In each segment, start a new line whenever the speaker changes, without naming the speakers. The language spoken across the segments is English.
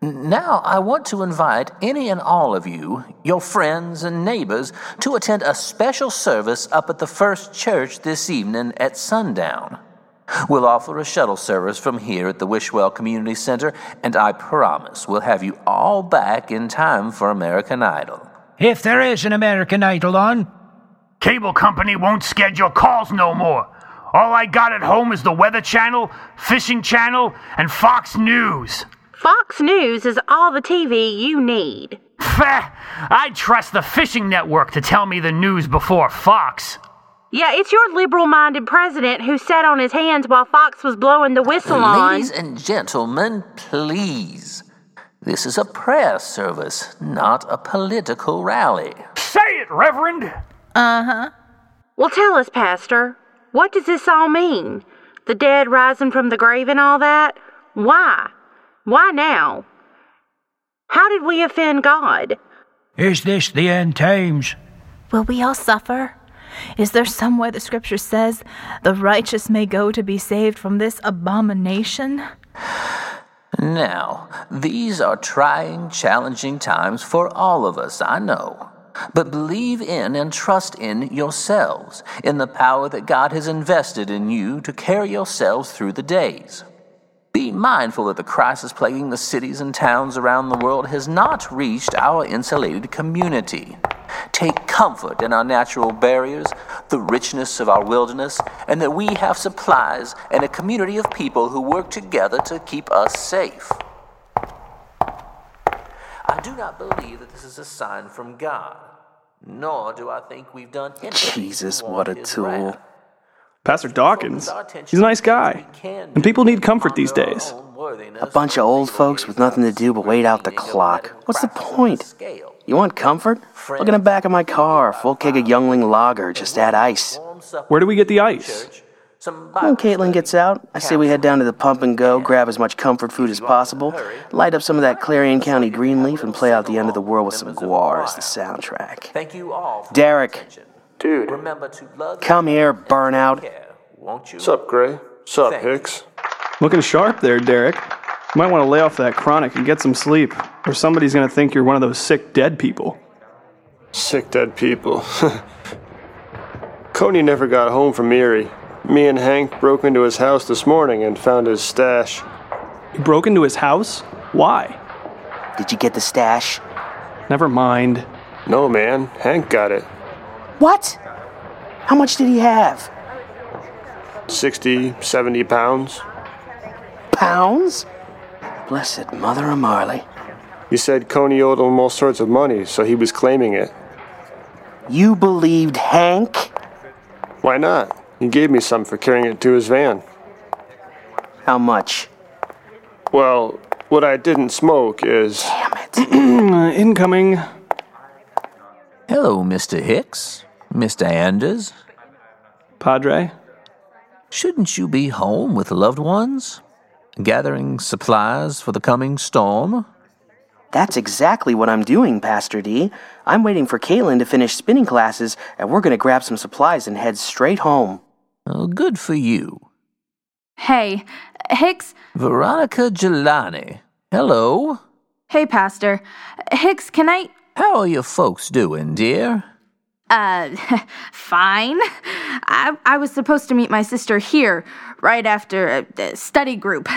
Now, I want to invite any and all of you, your friends and neighbors, to attend a special service up at the First Church this evening at sundown. We'll offer a shuttle service from here at the Wishwell Community Center, and I promise we'll have you all back in time for American Idol.
If there is an American Idol on,
Cable company won't schedule calls no more. All I got at home is the Weather Channel, Fishing Channel, and Fox News.
Fox News is all the TV you need.
Pfeh, I trust the fishing network to tell me the news before Fox.
Yeah, it's your liberal minded president who sat on his hands while Fox was blowing the whistle on.
Ladies and gentlemen, please. This is a prayer service, not a political rally.
Say it, Reverend!
Uh-huh.
Well, tell us, Pastor, what does this all mean? The dead rising from the grave and all that? Why? Why now? How did we offend God?
is this the end times?
Will we all suffer? Is there somewhere the scripture says the righteous may go to be saved from this abomination?
Now, these are trying, challenging times for all of us, I know. But believe in and trust in yourselves, in the power that God has invested in you to carry yourselves through the days. Be mindful that the crisis plaguing the cities and towns around the world has not reached our insulated community. Take comfort in our natural barriers, the richness of our wilderness, and that we have supplies and a community of people who work together to keep us safe. I do not believe that this is a sign from God, nor do I think we've done anything.
Jesus,
to
what a
warrant his
tool.
wrath.
Pastor Dawkins, he's a nice guy, and people need comfort these days.
A bunch of old folks with nothing to do but wait out the clock. What's the point?
You want comfort? Look in the back of my car, full keg of Youngling Lager, just add ice.
Where do we get the ice?
When Caitlin gets out, I say we head down to the pump and go, grab as much comfort food as possible, light up some of that Clarion County green leaf, and play out the end of the world with some guar as the soundtrack.
Thank you all. For
Derek.
your attention. dude. Remember to love
Come here,
and take
burnout.
care, won't you?
Sup, Gray? Sup,
Thanks.
Hicks?
Looking sharp there, Derek. You might want to lay off that chronic and get some sleep, or somebody's going to think you're one of those sick dead people.
Sick dead people. Coney never got home from Erie. Me and Hank broke into his house this morning and found his stash.
You broke into his house? Why?
Did you get the stash?
Never mind.
No, man, Hank got it.
What? How much did he have?
60, 70 pounds.
Pounds? Blessed Mother of Marley.
He said Coney owed him all sorts of money, so he was claiming it.
You believed Hank?
Why not? He gave me some for carrying it to his van.
How much?
Well, what I didn't smoke is.
Damn it.
Uh, incoming.
Hello, Mr. Hicks, Mr. Anders.
Padre?
Shouldn't you be home with loved ones, gathering supplies for the coming storm?
That's exactly what I'm doing, Pastor D. I'm waiting for Caitlin to finish spinning classes, and we're gonna grab some supplies and head straight home.
Oh, good for you,
Hey, Hicks.
Veronica Gelani. Hello.
Hey, Pastor. Hicks, can I.
How are your folks doing, dear?
Uh, fine. I, I was supposed to meet my sister here right after a, a study group.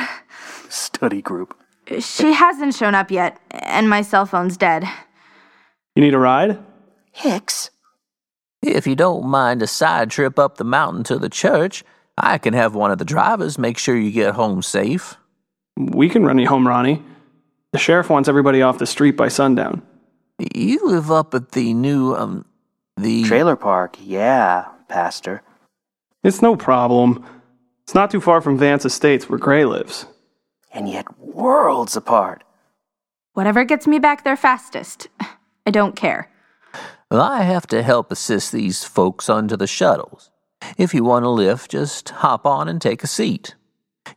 Study group.
She hasn't shown up yet, and my cell phone's dead.
You need a ride?
Hicks?
If you don't mind a side trip up the mountain to the church, I can have one of the drivers make sure you get home safe.
We can run you home, Ronnie. The sheriff wants everybody off the street by sundown.
You live up at the new, um, the.
Trailer park, yeah, Pastor.
It's no problem. It's not too far from Vance Estates where Gray lives.
And yet, worlds apart.
Whatever gets me back there fastest. I don't care.
Well, I have to help assist these folks onto the shuttles. If you want a lift, just hop on and take a seat.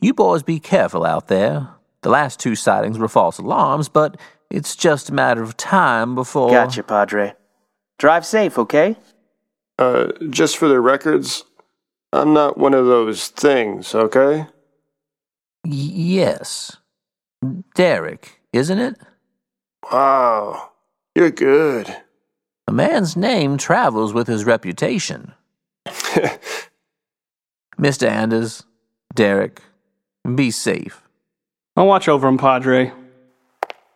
You boys be careful out there. The last two sightings were false alarms, but it's just a matter of time before.
Gotcha, Padre. Drive safe, okay?
Uh, just for the records, I'm not one of those things, okay?
Y- yes. Derek, isn't it?
Wow, you're good.
A man's name travels with his reputation. Mr. Anders, Derek, be safe.
I'll watch over him, Padre.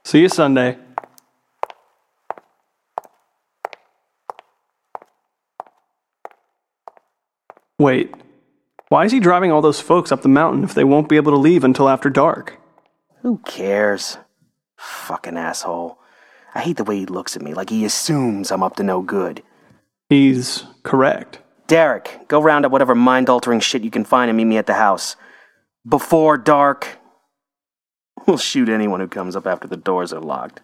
See you Sunday. Wait, why is he driving all those folks up the mountain if they won't be able to leave until after dark?
Who cares? Fucking asshole. I hate the way he looks at me, like he assumes I'm up to no good.
He's correct.
Derek, go round up whatever mind altering shit you can find and meet me at the house. Before dark. We'll shoot anyone who comes up after the doors are locked.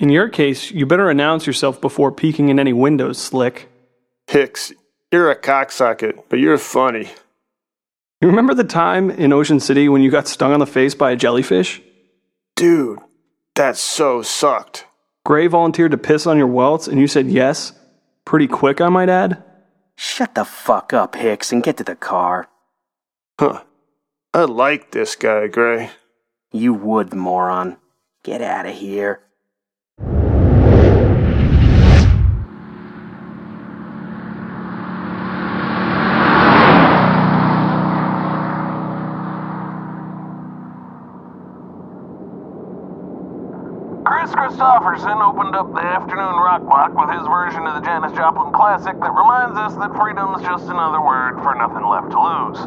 In your case, you better announce yourself before peeking in any windows, Slick.
Hicks, you're a cocksocket, but you're funny.
You remember the time in Ocean City when you got stung on the face by a jellyfish?
Dude, that so sucked.
Gray volunteered to piss on your welts and you said yes? Pretty quick, I might add.
Shut the fuck up, Hicks, and get to the car.
Huh. I like this guy, Gray.
You would, moron. Get out of here.
Chris Christopherson opened up the afternoon rock block with his version of the Janis Joplin classic that reminds us that freedom's just another word for nothing left to lose.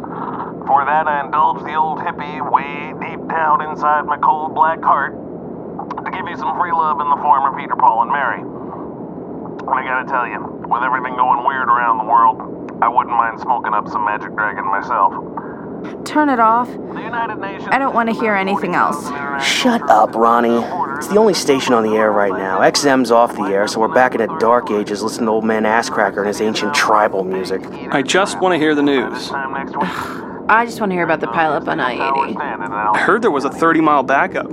For that, I indulged the old hippie way deep down inside my cold black heart to give you some free love in the form of Peter, Paul, and Mary. And I gotta tell you, with everything going weird around the world, I wouldn't mind smoking up some Magic Dragon myself.
Turn it off.
The United Nations.
I don't want to hear anything else.
Shut up, Ronnie. It's the only station on the air right now. XM's off the air, so we're back in the dark ages listening to old man Asscracker and his ancient tribal music.
I just want to hear the news.
Time next week.
I just want to hear about the pileup on I 80.
Standing
I heard there was a 30 mile backup.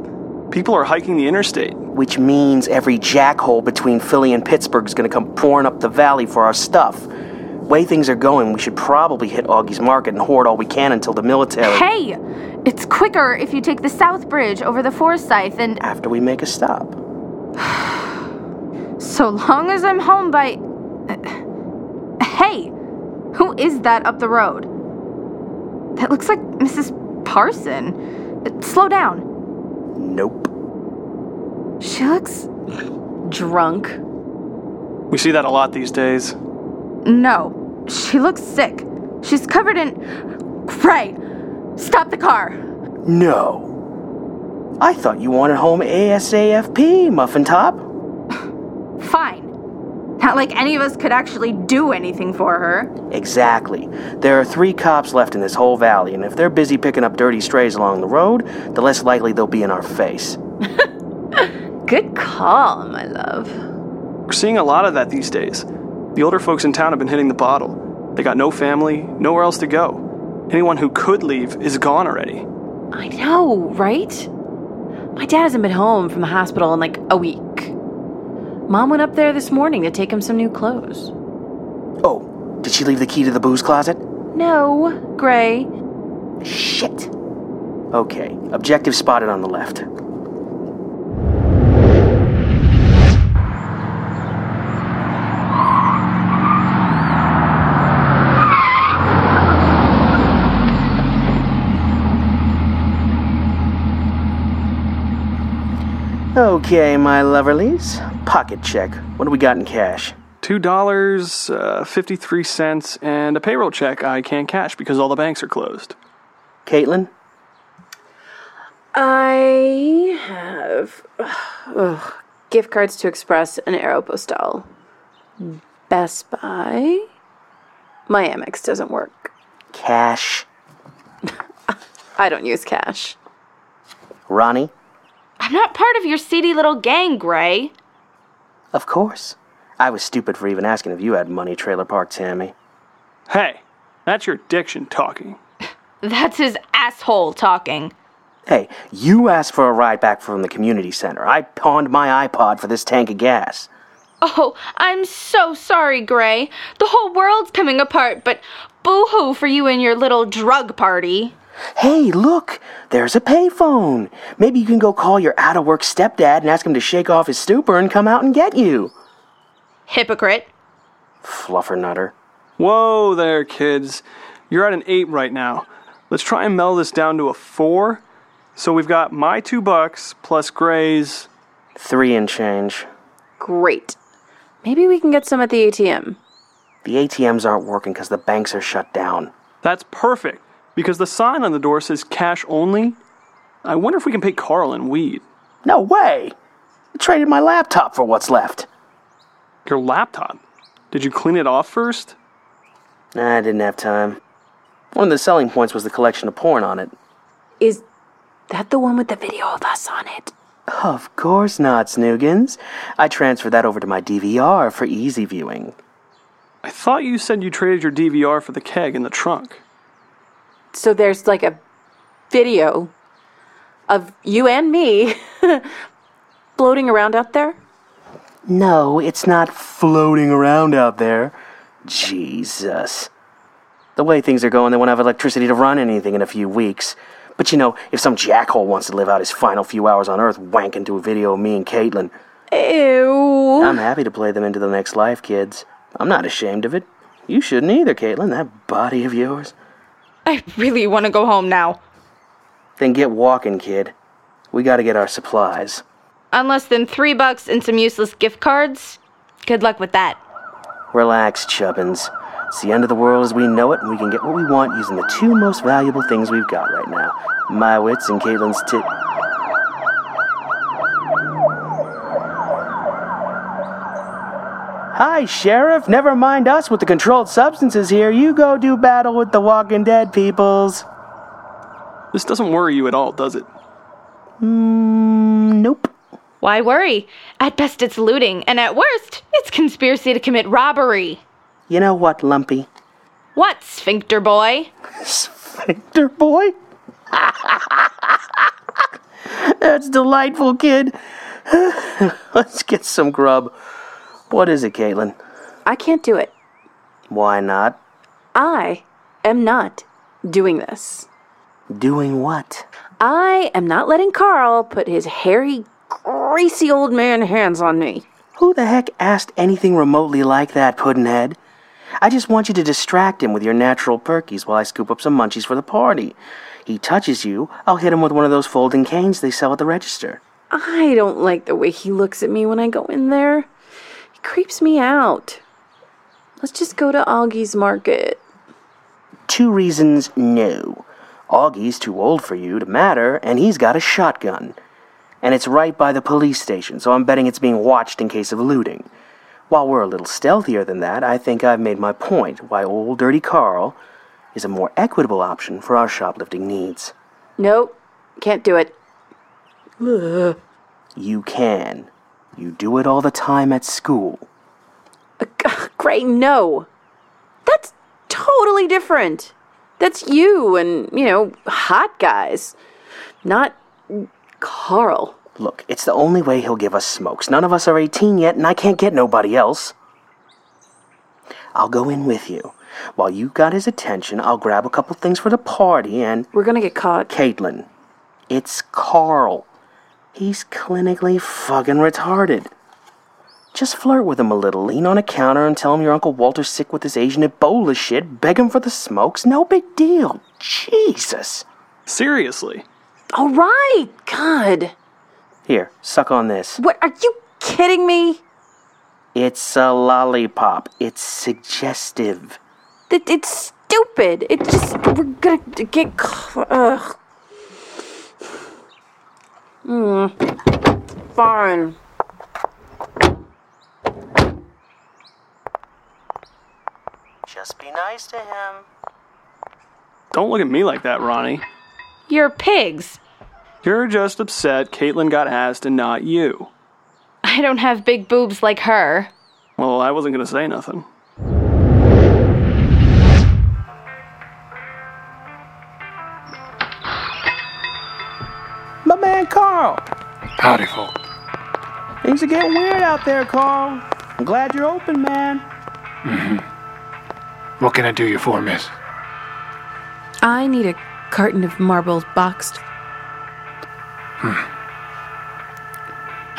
People are hiking the interstate.
Which means every jackhole between Philly and Pittsburgh is going to come pouring up the valley for our stuff. Way things are going, we should probably hit Augie's Market and hoard all we can until the military.
Hey! It's quicker if you take the South Bridge over the Forsyth, and
After we make a stop.
so long as I'm home by. Hey! Who is that up the road? That looks like Mrs. Parson. Uh, Slow down.
Nope.
She looks.
Drunk.
We see that a lot these days.
No. She looks sick. She's covered in. Right! Stop the car!
No. I thought you wanted home ASAFP, Muffin Top.
Fine. Not like any of us could actually do anything for her.
Exactly. There are three cops left in this whole valley, and if they're busy picking up dirty strays along the road, the less likely they'll be in our face.
Good call, my love.
We're seeing a lot of that these days. The older folks in town have been hitting the bottle. They got no family, nowhere else to go. Anyone who could leave is gone already.
I know, right? My dad hasn't been home from the hospital in like a week. Mom went up there this morning to take him some new clothes.
Oh, did she leave the key to the booze closet?
No, Gray.
Shit. Okay, objective spotted on the left. Okay, my loverlies. Pocket check. What do we got in cash?
$2.53 uh, and a payroll check I can't cash because all the banks are closed.
Caitlin?
I have ugh, gift cards to Express and Aeropostale. Best Buy. My Amex doesn't work.
Cash.
I don't use cash.
Ronnie?
I'm not part of your seedy little gang, Gray.
Of course. I was stupid for even asking if you had money, Trailer Park Tammy.
Hey, that's your diction talking.
That's his asshole talking.
Hey, you asked for a ride back from the community center. I pawned my iPod for this tank of gas.
Oh, I'm so sorry, Gray. The whole world's coming apart, but boo hoo for you and your little drug party.
Hey, look, there's a payphone. Maybe you can go call your out of work stepdad and ask him to shake off his stupor and come out and get you.
Hypocrite.
Fluffernutter.
Whoa there, kids. You're at an eight right now. Let's try and meld this down to a four. So we've got my two bucks plus Gray's.
Three and change.
Great. Maybe we can get some at the ATM.
The ATMs aren't working because the banks are shut down.
That's perfect, because the sign on the door says cash only. I wonder if we can pay Carl in weed.
No way! I traded my laptop for what's left.
Your laptop? Did you clean it off first?
Nah, I didn't have time. One of the selling points was the collection of porn on it.
Is that the one with the video of us on it?
Of course not, Snoogans. I transferred that over to my DVR for easy viewing.
I thought you said you traded your DVR for the keg in the trunk.
So there's like a video of you and me floating around out there?
No, it's not floating around out there. Jesus. The way things are going, they won't have electricity to run anything in a few weeks. But you know, if some jackhole wants to live out his final few hours on Earth wanking to a video of me and Caitlin,
Ew.
I'm happy to play them into the next life, kids. I'm not ashamed of it. You shouldn't either, Caitlin, that body of yours.
I really want to go home now.
Then get walking, kid. We gotta get our supplies.
On less than three bucks and some useless gift cards? Good luck with that.
Relax, Chubbins. It's the end of the world as we know it, and we can get what we want using the two most valuable things we've got right now my wits and Caitlin's tit. Hi, Sheriff. Never mind us with the controlled substances here. You go do battle with the Walking Dead peoples.
This doesn't worry you at all, does it?
Mm, nope.
Why worry? At best, it's looting, and at worst, it's conspiracy to commit robbery.
You know what, Lumpy?
What, sphincter boy?
sphincter boy? That's delightful, kid. Let's get some grub. What is it, Caitlin?
I can't do it.
Why not?
I am not doing this.
Doing what?
I am not letting Carl put his hairy, greasy old man hands on me.
Who the heck asked anything remotely like that, Puddinhead? I just want you to distract him with your natural perkies while I scoop up some munchies for the party. He touches you, I'll hit him with one of those folding canes they sell at the register.
I don't like the way he looks at me when I go in there. He creeps me out. Let's just go to Augie's market.
Two reasons no. Augie's too old for you to matter, and he's got a shotgun and it's right by the police station, so I'm betting it's being watched in case of looting. While we're a little stealthier than that, I think I've made my point why old Dirty Carl is a more equitable option for our shoplifting needs.
Nope, can't do it.
Ugh. You can. You do it all the time at school.
Uh, great, no. That's totally different. That's you and, you know, hot guys. Not Carl.
Look, it's the only way he'll give us smokes. None of us are 18 yet, and I can't get nobody else. I'll go in with you. While you got his attention, I'll grab a couple things for the party and.
We're gonna get caught.
Caitlin, it's Carl. He's clinically fucking retarded. Just flirt with him a little. Lean on a counter and tell him your Uncle Walter's sick with this Asian Ebola shit. Beg him for the smokes. No big deal. Jesus.
Seriously?
All right, God.
Here, suck on this.
What? Are you kidding me?
It's a lollipop. It's suggestive.
It, it's stupid. It just we're gonna get. Ugh. Mm. Hmm. Fine.
Just be nice to him.
Don't look at me like that, Ronnie.
You're pigs.
You're just upset Caitlin got asked and not you.
I don't have big boobs like her.
Well, I wasn't going to say nothing.
My man Carl!
Howdy, folk.
Things are getting weird out there, Carl. I'm glad you're open, man.
Mm-hmm. What can I do you for, miss?
I need a carton of marbles boxed.
Hmm.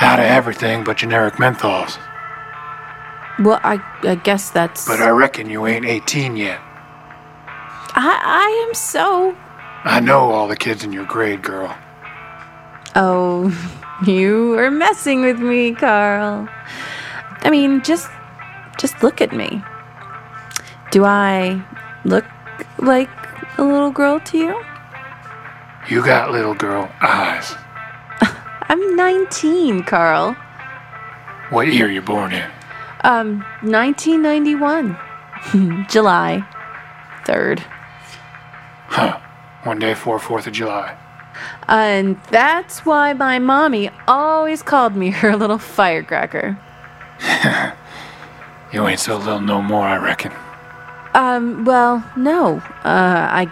Out of everything but generic menthols.
Well, I, I guess that's.
But I reckon you ain't 18 yet.
I, I am so.
I know all the kids in your grade, girl.
Oh, you are messing with me, Carl. I mean, just just look at me. Do I look like a little girl to you?
You got little girl eyes.
I'm 19, Carl.
What year you born in?
Um, 1991. July 3rd.
Huh. One day before 4th of July.
And that's why my mommy always called me her little firecracker.
You ain't so little no more, I reckon.
Um, well, no. Uh, I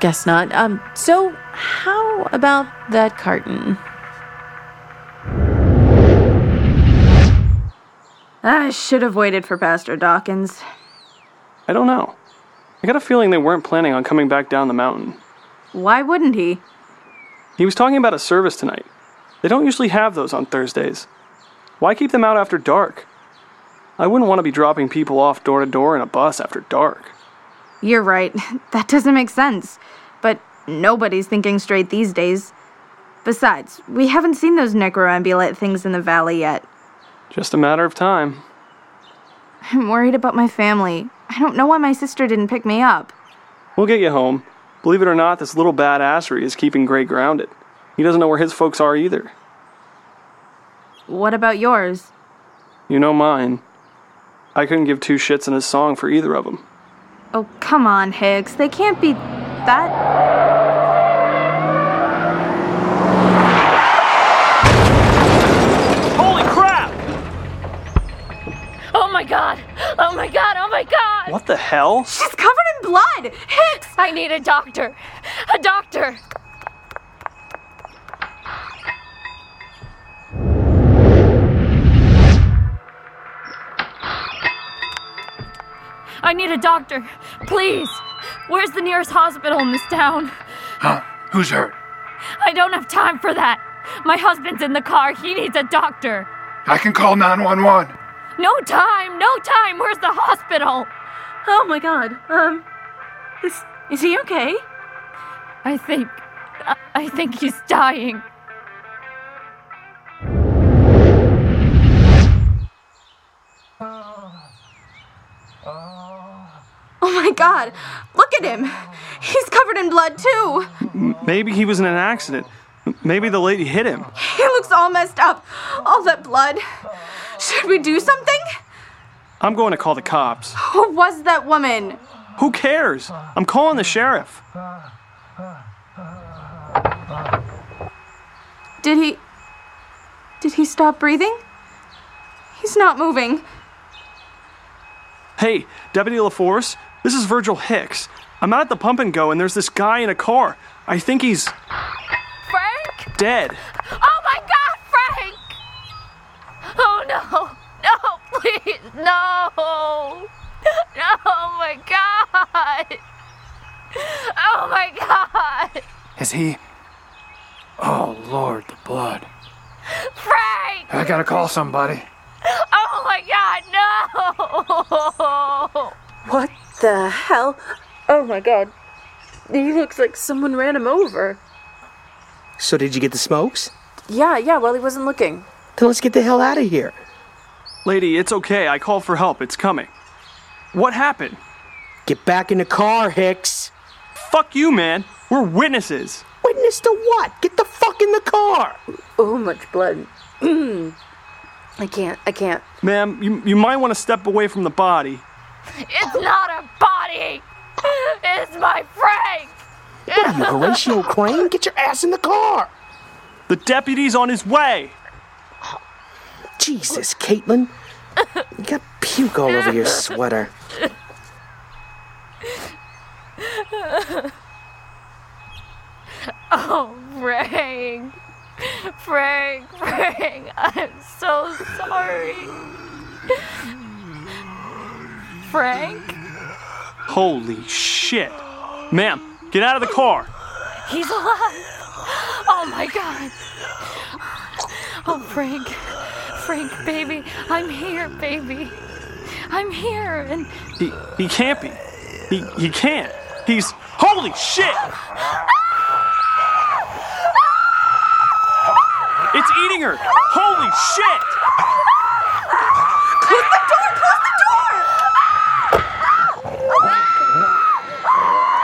guess not. Um, so how about that carton?
I should have waited for Pastor Dawkins.
I don't know. I got a feeling they weren't planning on coming back down the mountain.
Why wouldn't he?
He was talking about a service tonight. They don't usually have those on Thursdays. Why keep them out after dark? I wouldn't want to be dropping people off door to door in a bus after dark.
You're right. That doesn't make sense. But nobody's thinking straight these days. Besides, we haven't seen those necroambulet things in the valley yet.
Just a matter of time.
I'm worried about my family. I don't know why my sister didn't pick me up.
We'll get you home. Believe it or not, this little badassery is keeping Gray grounded. He doesn't know where his folks are either.
What about yours?
You know mine. I couldn't give two shits in a song for either of them.
Oh, come on, Higgs. They can't be that.
Holy crap!
Oh my god! Oh my god! Oh my god!
What the hell?
She's covered in blood! Hicks! I need a doctor! A doctor! I need a doctor! Please! Where's the nearest hospital in this town?
Huh? Who's hurt?
I don't have time for that! My husband's in the car. He needs a doctor.
I can call 911.
No time! No time! Where's the hospital?
Oh my god. Um, is, is he okay?
I think. I, I think he's dying.
Oh my god! Look at him! He's covered in blood, too!
M- Maybe he was in an accident. M- Maybe the lady hit him.
He looks all messed up. All that blood. Should we do something?
I'm going to call the cops.
Who was that woman?
Who cares? I'm calling the sheriff.
Did he. Did he stop breathing? He's not moving.
Hey, Deputy LaForce, this is Virgil Hicks. I'm out at the pump and go, and there's this guy in a car. I think he's
Frank?
dead.
Oh my god, Frank! Oh no! No, please, no! No, oh my god! Oh my god!
Is he? Oh, Lord, the blood.
Frank!
I gotta call somebody.
Oh my god, no!
What the hell? Oh my god. He looks like someone ran him over.
So, did you get the smokes?
Yeah, yeah, well, he wasn't looking.
Then let's get the hell out of here.
Lady, it's okay. I called for help. It's coming. What happened?
Get back in the car, Hicks.
Fuck you, man. We're witnesses.
Witness to what? Get the fuck in the car.
Oh, much blood. Mm. I can't, I can't.
Ma'am, you, you might want to step away from the body.
It's not a body! It's my Frank!
What are you, Horatio Crane? Get your ass in the car.
The deputy's on his way.
Jesus, Caitlin. You got puke all over your sweater.
Oh, Frank. Frank, Frank, I'm so sorry. Frank?
Holy shit. Ma'am, Get out of the car.
He's alive! Oh my god! Oh, Frank. Frank, baby. I'm here, baby. I'm here, and
He, he can't be. He, he can't. He's. Holy shit! It's eating her! Holy shit!
Close the door! Close the door!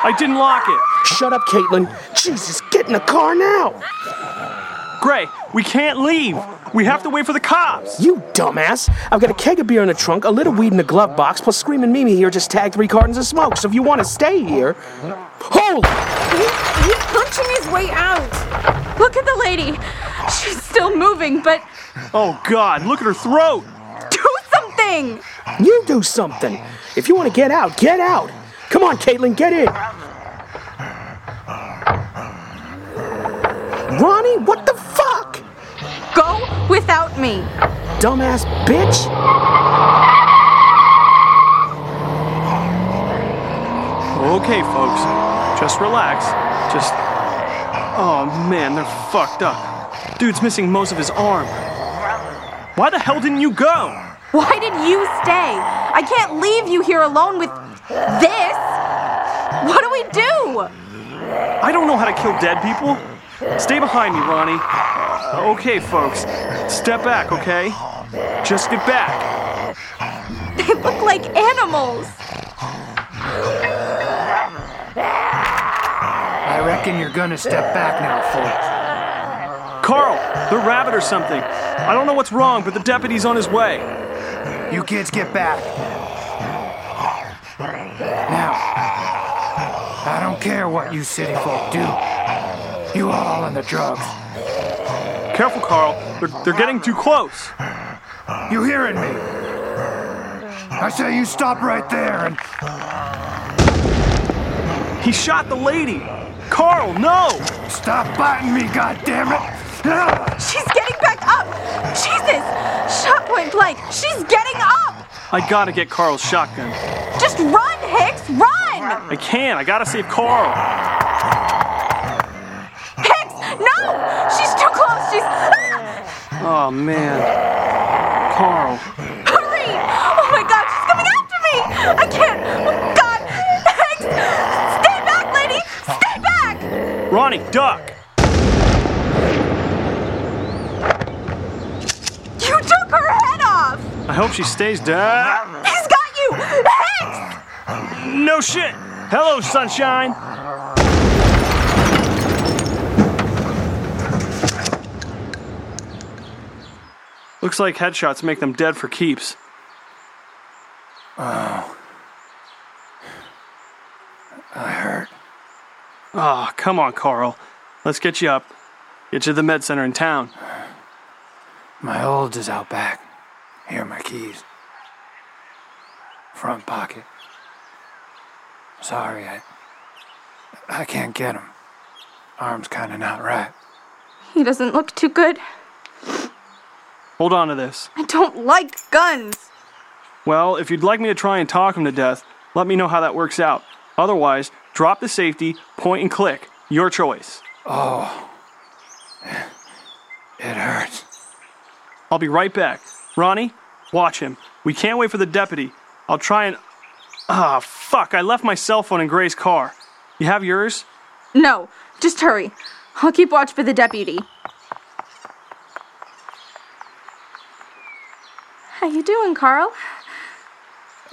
I didn't lock it.
Shut up, Caitlin. Jesus, get in the car now.
Gray, we can't leave. We have to wait for the cops.
You dumbass. I've got a keg of beer in the trunk, a little weed in the glove box, plus Screaming Mimi here just tagged three cartons of smoke. So if you want to stay here. Holy!
He, he's punching his way out. Look at the lady. She's still moving, but
Oh god, look at her throat!
do something.
You do something. If you want to get out, get out. Come on, Caitlin, get in. Ronnie, what the fuck?
Go without me.
Dumbass bitch.
Okay, folks, just relax. Just. Oh man, they're fucked up. Dude's missing most of his arm. Why the hell didn't you go?
Why did you stay? I can't leave you here alone with this. What do we do?
I don't know how to kill dead people. Stay behind me, Ronnie. Okay, folks, step back, okay? Just get back.
They look like animals.
I reckon you're gonna step back now, Ford.
Carl, they're rabid or something. I don't know what's wrong, but the deputy's on his way.
You kids get back. Now, I don't care what you city folk do. You all on the drugs.
Careful, Carl. They're, they're getting too close.
You hearing me? I say you stop right there and
He shot the lady. Carl, no!
Stop biting me, goddammit!
She's getting back up. Jesus. Shot point blank. She's getting up.
I gotta get Carl's shotgun.
Just run, Hicks. Run.
I can't. I gotta save Carl.
Hicks, no. She's too close. She's. Ah!
Oh, man. Carl.
Hurry! Oh my god, she's coming after me! I can't! Oh god! Hicks! Stay back, lady! Stay back!
Ronnie, duck!
You took her head off!
I hope she stays dead.
He's got you! Hicks!
No Oh, shit! Hello, sunshine! Looks like headshots make them dead for keeps.
Oh. I hurt.
Ah, come on, Carl. Let's get you up. Get you to the med center in town.
My old is out back. Here are my keys. Front pocket. Sorry, I. I can't get 'em. Arm's kinda not right.
He doesn't look too good.
Hold on to this.
I don't like guns.
Well, if you'd like me to try and talk him to death, let me know how that works out. Otherwise, drop the safety, point and click. Your choice.
Oh. It hurts.
I'll be right back. Ronnie, watch him. We can't wait for the deputy. I'll try and. Ah, fuck, I left my cell phone in Gray's car. You have yours?
No, just hurry. I'll keep watch for the deputy. How you doing, Carl?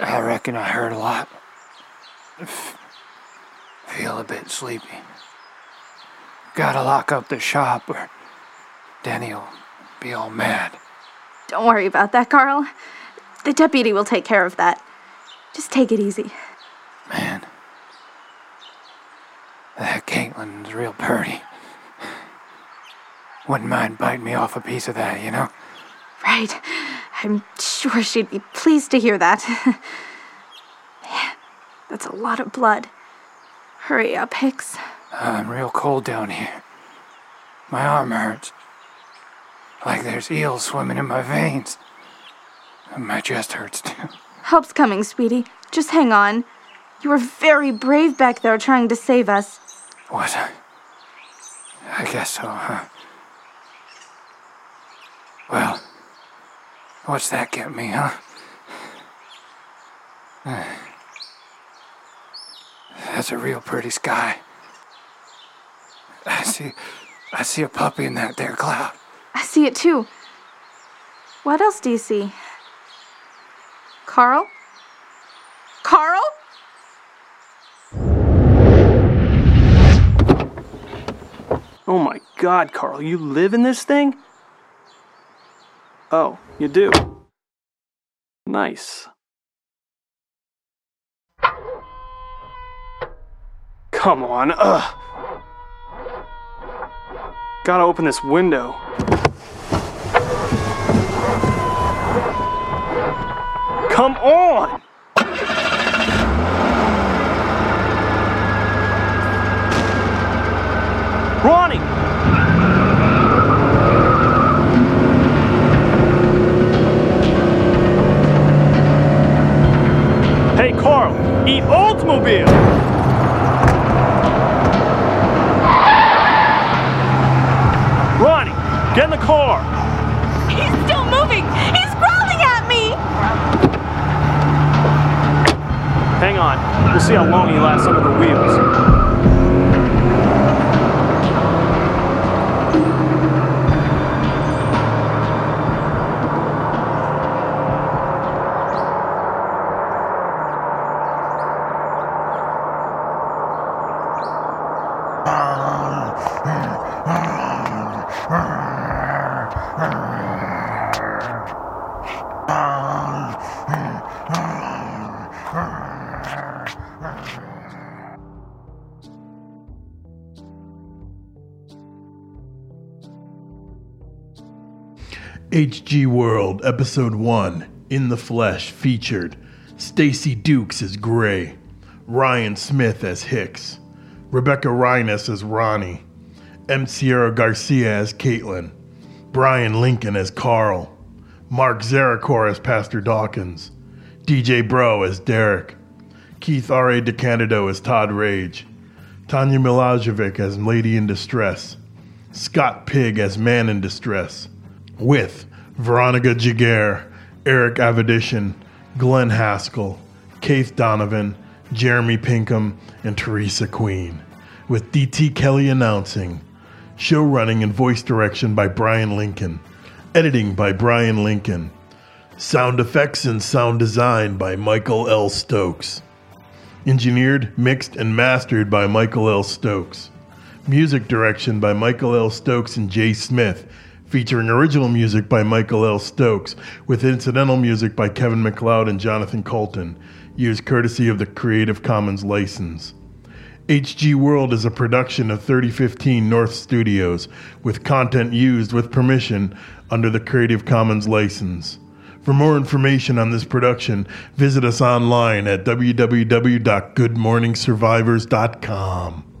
I reckon I hurt a lot. F- Feel a bit sleepy. Gotta lock up the shop or Danny'll be all mad.
Don't worry about that, Carl. The deputy will take care of that. Just take it easy.
Man, that Caitlin's real purty. Wouldn't mind biting me off a piece of that, you know?
Right. I'm sure she'd be pleased to hear that. Man, that's a lot of blood. Hurry up, Hicks.
Uh, I'm real cold down here. My arm hurts. Like there's eels swimming in my veins. And my chest hurts too.
Help's coming, sweetie. Just hang on. You were very brave back there trying to save us.
What? I guess so, huh? Well, what's that get me, huh? Uh, That's a real pretty sky. I see, I see a puppy in that there cloud.
I see it too. What else do you see? Carl? Carl?
Oh my god, Carl, you live in this thing? Oh, you do. Nice. Come on, ugh. Gotta open this window. Come on! Ronnie! Hey, Carl, eat Oldsmobile! Ronnie, get in the car!
He's still moving! He's growling at me!
Hang on. We'll see how long he lasts under the wheels.
HG World, Episode 1, In the Flesh, featured Stacy Dukes as Gray, Ryan Smith as Hicks, Rebecca Rhinus as Ronnie, M. Sierra Garcia as Caitlin, Brian Lincoln as Carl, Mark Zarakor as Pastor Dawkins, DJ Bro as Derek, Keith R.A. DeCandido as Todd Rage, Tanya Milajevic as Lady in Distress, Scott Pig as Man in Distress, with Veronica Jaguar, Eric Avedishin, Glenn Haskell, Keith Donovan, Jeremy Pinkham, and Teresa Queen, with DT Kelly announcing, show running and voice direction by Brian Lincoln, editing by Brian Lincoln, sound effects and sound design by Michael L. Stokes, engineered, mixed, and mastered by Michael L. Stokes. Music direction by Michael L. Stokes and Jay Smith, featuring original music by Michael L. Stokes, with incidental music by Kevin McLeod and Jonathan Colton, used courtesy of the Creative Commons license. HG World is a production of 3015 North Studios, with content used with permission under the Creative Commons license. For more information on this production, visit us online at www.goodmorningsurvivors.com.